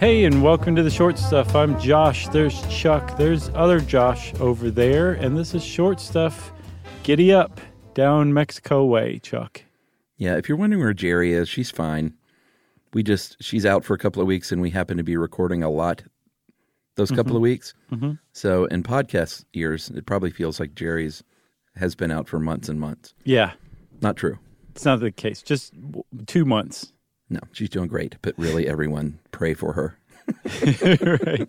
Hey, and welcome to the short stuff. I'm Josh. There's Chuck. There's other Josh over there. And this is short stuff. Giddy up down Mexico way, Chuck. Yeah, if you're wondering where Jerry is, she's fine. We just she's out for a couple of weeks, and we happen to be recording a lot those couple of weeks. So in podcast years, it probably feels like Jerry's has been out for months and months. Yeah, Not true. it's not the case. Just w- two months. No, she's doing great, but really, everyone pray for her. right.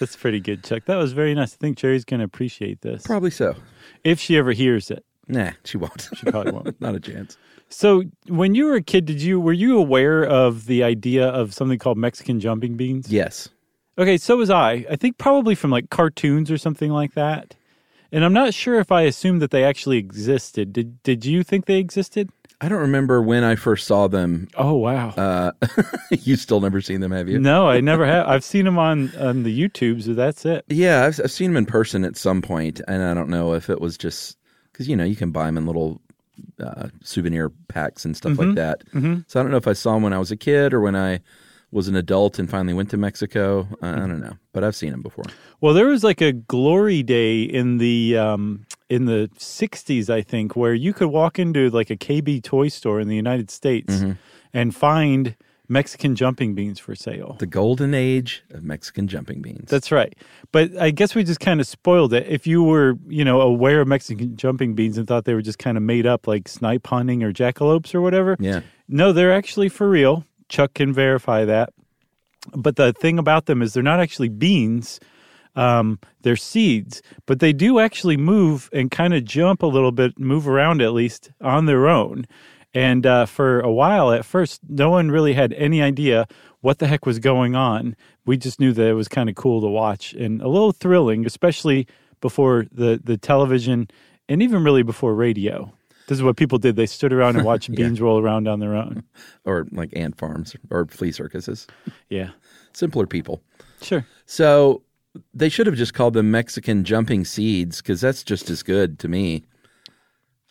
That's pretty good, Chuck. That was very nice. I think Jerry's going to appreciate this. Probably so. If she ever hears it, Nah, she won't. she probably won't. Not a chance. So, when you were a kid, did you were you aware of the idea of something called Mexican jumping beans? Yes. Okay, so was I. I think probably from like cartoons or something like that. And I'm not sure if I assumed that they actually existed. Did did you think they existed? I don't remember when I first saw them. Oh wow. Uh, you still never seen them, have you? no, I never have. I've seen them on on the YouTubes, but that's it. Yeah, I've, I've seen them in person at some point, and I don't know if it was just because you know you can buy them in little uh, souvenir packs and stuff like that. So I don't know if I saw them when I was a kid or when I was an adult and finally went to Mexico. I, I don't know, but I've seen them before. Well, there was like a glory day in the um, in the '60s, I think, where you could walk into like a KB toy store in the United States and find Mexican jumping beans for sale. The golden age of Mexican jumping beans. That's right. But I guess we just kind of spoiled it. If you were, you know, aware of Mexican jumping beans and thought they were just kind of made up, like snipe hunting or jackalopes or whatever, yeah. no, they're actually for real. Chuck can verify that. But the thing about them is they're not actually beans, um, they're seeds, but they do actually move and kind of jump a little bit, move around at least on their own. And uh, for a while at first, no one really had any idea what the heck was going on. We just knew that it was kind of cool to watch and a little thrilling, especially before the, the television and even really before radio. This is what people did. They stood around and watched beans roll around on their own. Or like ant farms or flea circuses. Yeah. Simpler people. Sure. So they should have just called them Mexican jumping seeds because that's just as good to me.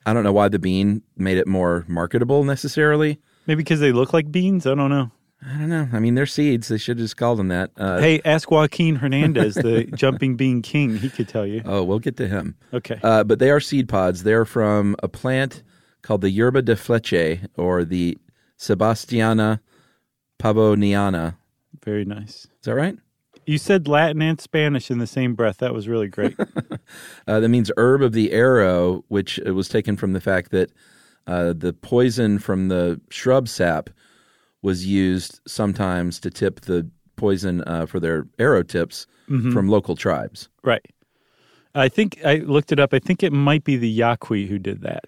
I don't know why the bean made it more marketable necessarily. Maybe because they look like beans. I don't know. I don't know. I mean, they're seeds. They should have just called them that. Uh, Hey, ask Joaquin Hernandez, the jumping bean king. He could tell you. Oh, we'll get to him. Okay. Uh, but they are seed pods. They're from a plant called the Yerba de Fleche or the Sebastiana pavoniana. Very nice. Is that right? You said Latin and Spanish in the same breath. That was really great. Uh, that means herb of the arrow, which uh, was taken from the fact that uh, the poison from the shrub sap was used sometimes to tip the poison uh, for their arrow tips Mm-hmm. from local tribes. right. I think I looked it up. I think it might be the Yaqui who did that.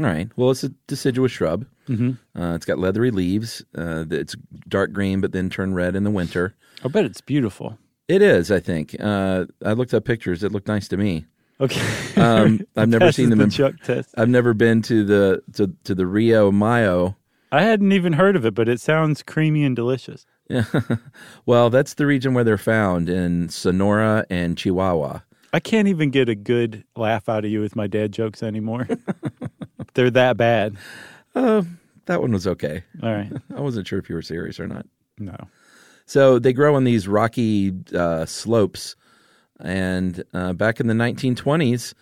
All right. Well, it's a deciduous shrub. Mm-hmm. Uh, it's got leathery leaves. Uh, that- it's dark green, but then turn red in the winter. I bet it's beautiful. It is, I think. Uh, I looked up pictures. It looked nice to me. Okay. Um, I've never Passes seen them the in. Chuck test. I've never been to the to, to the Rio Mayo. I hadn't even heard of it, but it sounds creamy and delicious. Well, that's the region where they're found in Sonora and Chihuahua. I can't even get a good laugh out of you with my dad jokes anymore. They're that bad. That one was okay. All right. I wasn't sure if you were serious or not. No. So they grow on these rocky uh, slopes, and uh, back in the 1920s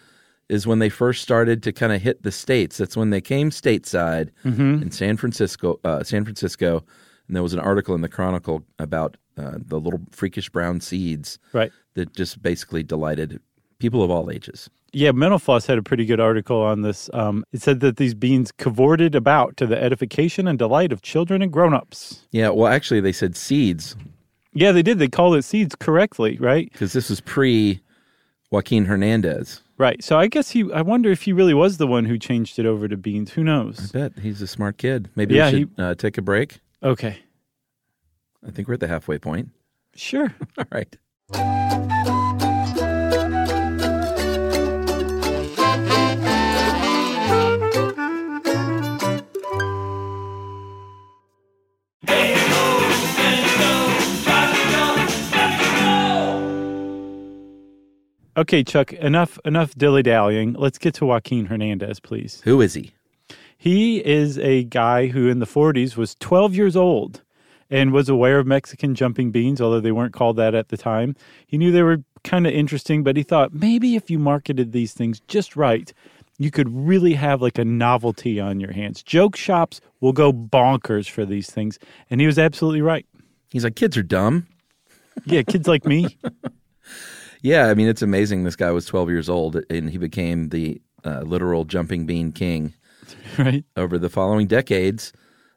is when they first started to kind of hit the states. That's when they came stateside Mm-hmm. in San Francisco. Uh, San Francisco, and there was an article in the Chronicle about uh, the little freakish brown seeds Right. that just basically delighted people of all ages. Yeah, Mental Floss had a pretty good article on this. Um, it said that these beans cavorted about to the edification and delight of children and grown-ups. Yeah, well, actually, they said seeds Yeah, they did. They called it seeds correctly, right? because this was pre Joaquin Hernandez. Right. So I guess he. I wonder if he really was the one who changed it over to beans. Who knows? Bet he's a smart kid. Maybe Yeah, we should uh, take a break. Okay. I think we're at the halfway point. Sure. All right. Okay, Chuck. Enough. Enough dilly dallying. Let's get to Joaquin Hernandez, please. Who is he? He is a guy who in the 40s was 12 years old and was aware of Mexican jumping beans, although they weren't called that at the time. He knew they were kind of interesting, but he thought maybe if you marketed these things just right, you could really have like a novelty on your hands. Joke shops will go bonkers for these things. And he was absolutely right. He's like, kids are dumb. Yeah, kids like me. Yeah, I mean, it's amazing. This guy was 12 years old and he became the uh, literal jumping bean king right? over the following decades.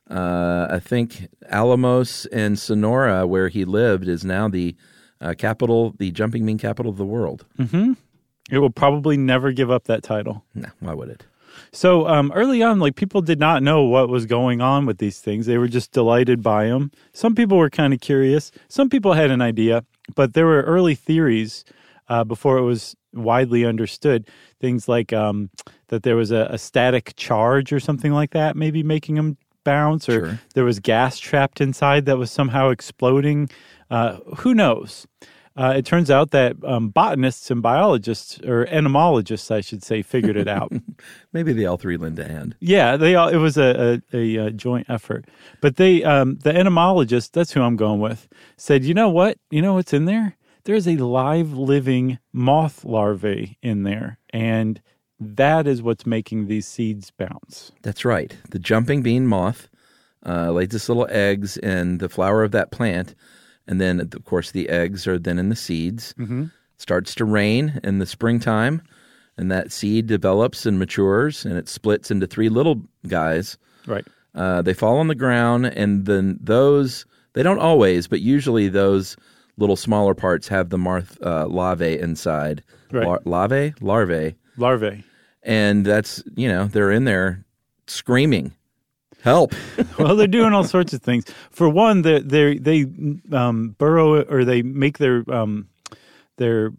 Uh, I think Alamos and Sonora, where he lived, is now the uh, capital, the jumping bean capital of the world. It will probably never give up that title. Nah, why would it? So um, early on, like people did not know what was going on with these things. They were just delighted by them. Some people were kind of curious. Some people had an idea, but there were early theories uh, before it was widely understood. Things like um, that there was a, a static charge or something like that, maybe making them bounce, or Sure. there was gas trapped inside that was somehow exploding. Uh, who knows? Uh, it turns out that um, botanists and biologists, or entomologists, I should say, figured it out. Maybe the L3 lend a hand. Yeah, they all. It was a a, a uh, joint effort, but they um, the entomologist. That's who I'm going with. Said, you know what? You know what's in there? There's a live living moth larvae in there, and that is what's making these seeds bounce. That's right. The jumping bean moth uh, lays its little eggs in the flower of that plant, and then, of course, the eggs are then in the seeds. Mm-hmm. Starts to rain in the springtime, and that seed develops and matures, and it splits into three little guys. Right. Uh, they fall on the ground, and then those they don't always, but usually those little smaller parts have the marth uh, larvae inside. Right. Lar- larvae, larvae Larvae. and that's you know they're in there screaming help well, they're doing all sorts of things. For one, they they they um, burrow or they make their um, their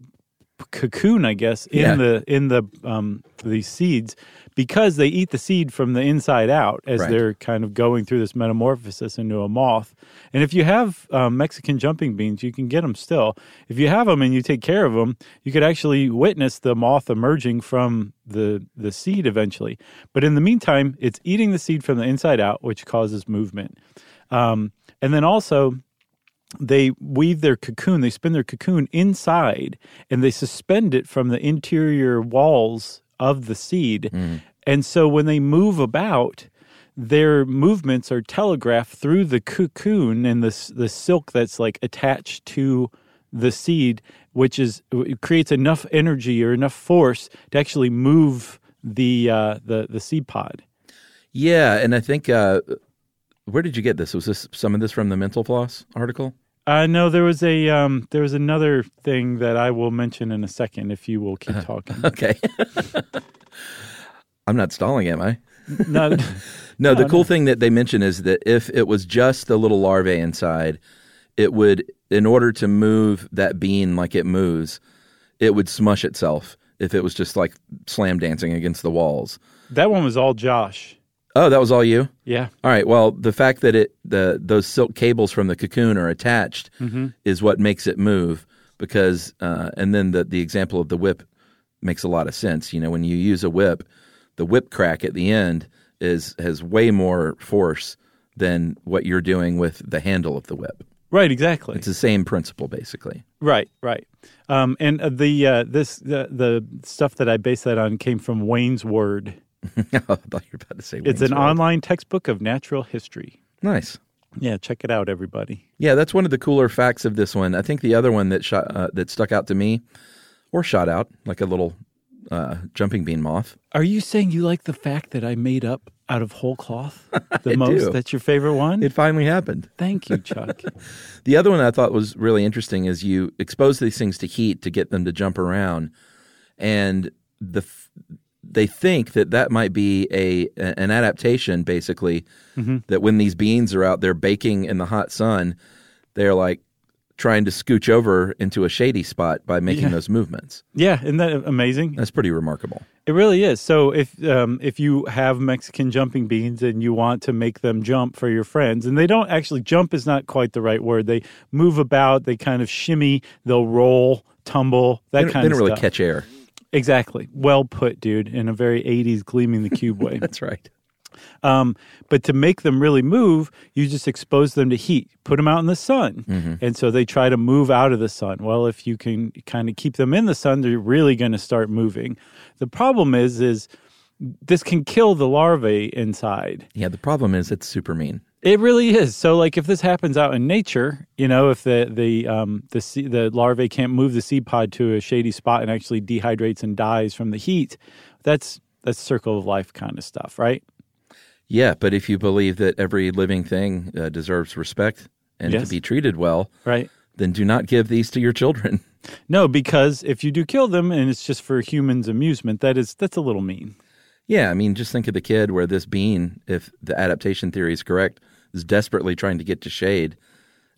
cocoon, I guess, in Yeah. the in the um, these seeds because they eat the seed from the inside out as Right. they're kind of going through this metamorphosis into a moth. And if you have um, Mexican jumping beans, you can get them still. If you have them and you take care of them, you could actually witness the moth emerging from the the seed eventually. But in the meantime, it's eating the seed from the inside out, which causes movement. Um, and then also, they weave their cocoon, they spin their cocoon inside and they suspend it from the interior walls of the seed. And so when they move about, their movements are telegraphed through the cocoon and the, s- the silk that's like attached to the seed, which is it creates enough energy or enough force to actually move the uh, the the seed pod. yeah and i think uh where did you get this was this some of this from the mental floss article I uh, know there was a um, there was another thing that I will mention in a second if you will keep talking. okay i'm not stalling am i no, no the cool thing that they mention is that if it was just the little larvae inside it would in order to move that bean like it moves it would smush itself if it was just like slam dancing against the walls that one was all Josh. oh that was all you Yeah, All right. Well, the fact that it the those silk cables from the cocoon are attached Mm-hmm. is what makes it move because uh, and then the the example of the whip makes a lot of sense. You know, when you use a whip, the whip crack at the end is has way more force than what you're doing with the handle of the whip. right, exactly. It's the same principle basically. Right, right. Um, and uh, the uh, this the, the stuff that I based that on came from Wayne's Word. I thought you were about to say It's Wayne's an World. online textbook of natural history. nice. Yeah, check it out, everybody. Yeah, that's one of the cooler facts of this one. I think the other one that shot, uh, that stuck out to me, or shot out like a little uh, jumping bean moth. Are you saying you like the fact that I made up out of whole cloth the I most? do. That's your favorite one. It finally happened. Thank you, Chuck. The other one I thought was really interesting is you expose these things to heat to get them to jump around, and the f- they think that that might be a, a- an adaptation basically that when these beans are out there baking in the hot sun, they're like trying to scooch over into a shady spot by making those movements. yeah, isn't that amazing? That's pretty remarkable. It really is. So if um, if you have Mexican jumping beans and you want to make them jump for your friends, and they don't actually jump is not quite the right word. They move about. They kind of shimmy. They'll roll, tumble, that They don't, kind they of don't really stuff. catch air. Exactly. Well put, dude. In a very '80s gleaming the cube way. That's right. Um, but to make them really move, you just expose them to heat, put them out in the sun. And so they try to move out of the sun. Well, if you can kind of keep them in the sun, they're really going to start moving. The problem is, is this can kill the larvae inside. Yeah, the problem is it's super mean. It really is. So, like, if this happens out in nature, you know, if the the um, the se- the larvae can't move the seed pod to a shady spot and actually dehydrates and dies from the heat, that's that's circle of life kind of stuff, right? Yeah, but if you believe that every living thing uh, deserves respect and Yes. to be treated well, Right. then do not give these to your children. No, because if you do kill them and it's just for humans' amusement, that is that's a little mean. Yeah, I mean, just think of the kid where this bean, if the adaptation theory is correct, is desperately trying to get to shade,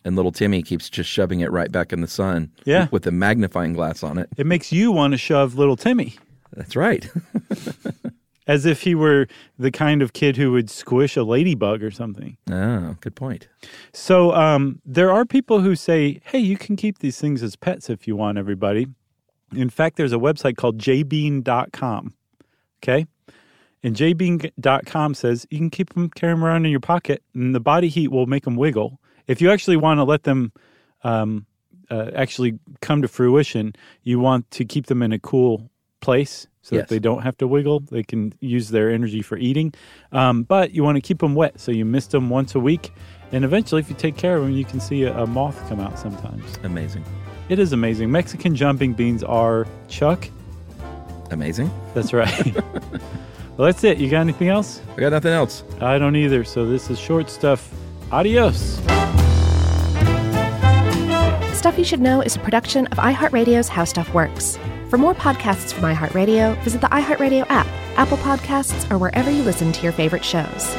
and little Timmy keeps just shoving it right back in the sun. Yeah. with a magnifying glass on it. It makes you want to shove little Timmy That's right. as if he were the kind of kid who would squish a ladybug or something. oh, good point. So um, there are people who say, "Hey, you can keep these things as pets if you want." Everybody. In fact, there's a website called jbean.com. Okay. And jbean.com says you can keep them, carry them around in your pocket, and the body heat will make them wiggle. If you actually want to let them um, uh, actually come to fruition, you want to keep them in a cool place so Yes. that they don't have to wiggle. They can use their energy for eating. Um, but you want to keep them wet, so you mist them once a week. And eventually, if you take care of them, you can see a, a moth come out sometimes. Amazing, It is amazing. Mexican jumping beans are Chuck. amazing. That's right. well, that's it. You got anything else? I got nothing else. I don't either. So this is short stuff. Adios. Stuff You Should Know is a production of iHeartRadio's How Stuff Works. For more podcasts from iHeartRadio, visit the iHeartRadio app, Apple Podcasts, or wherever you listen to your favorite shows.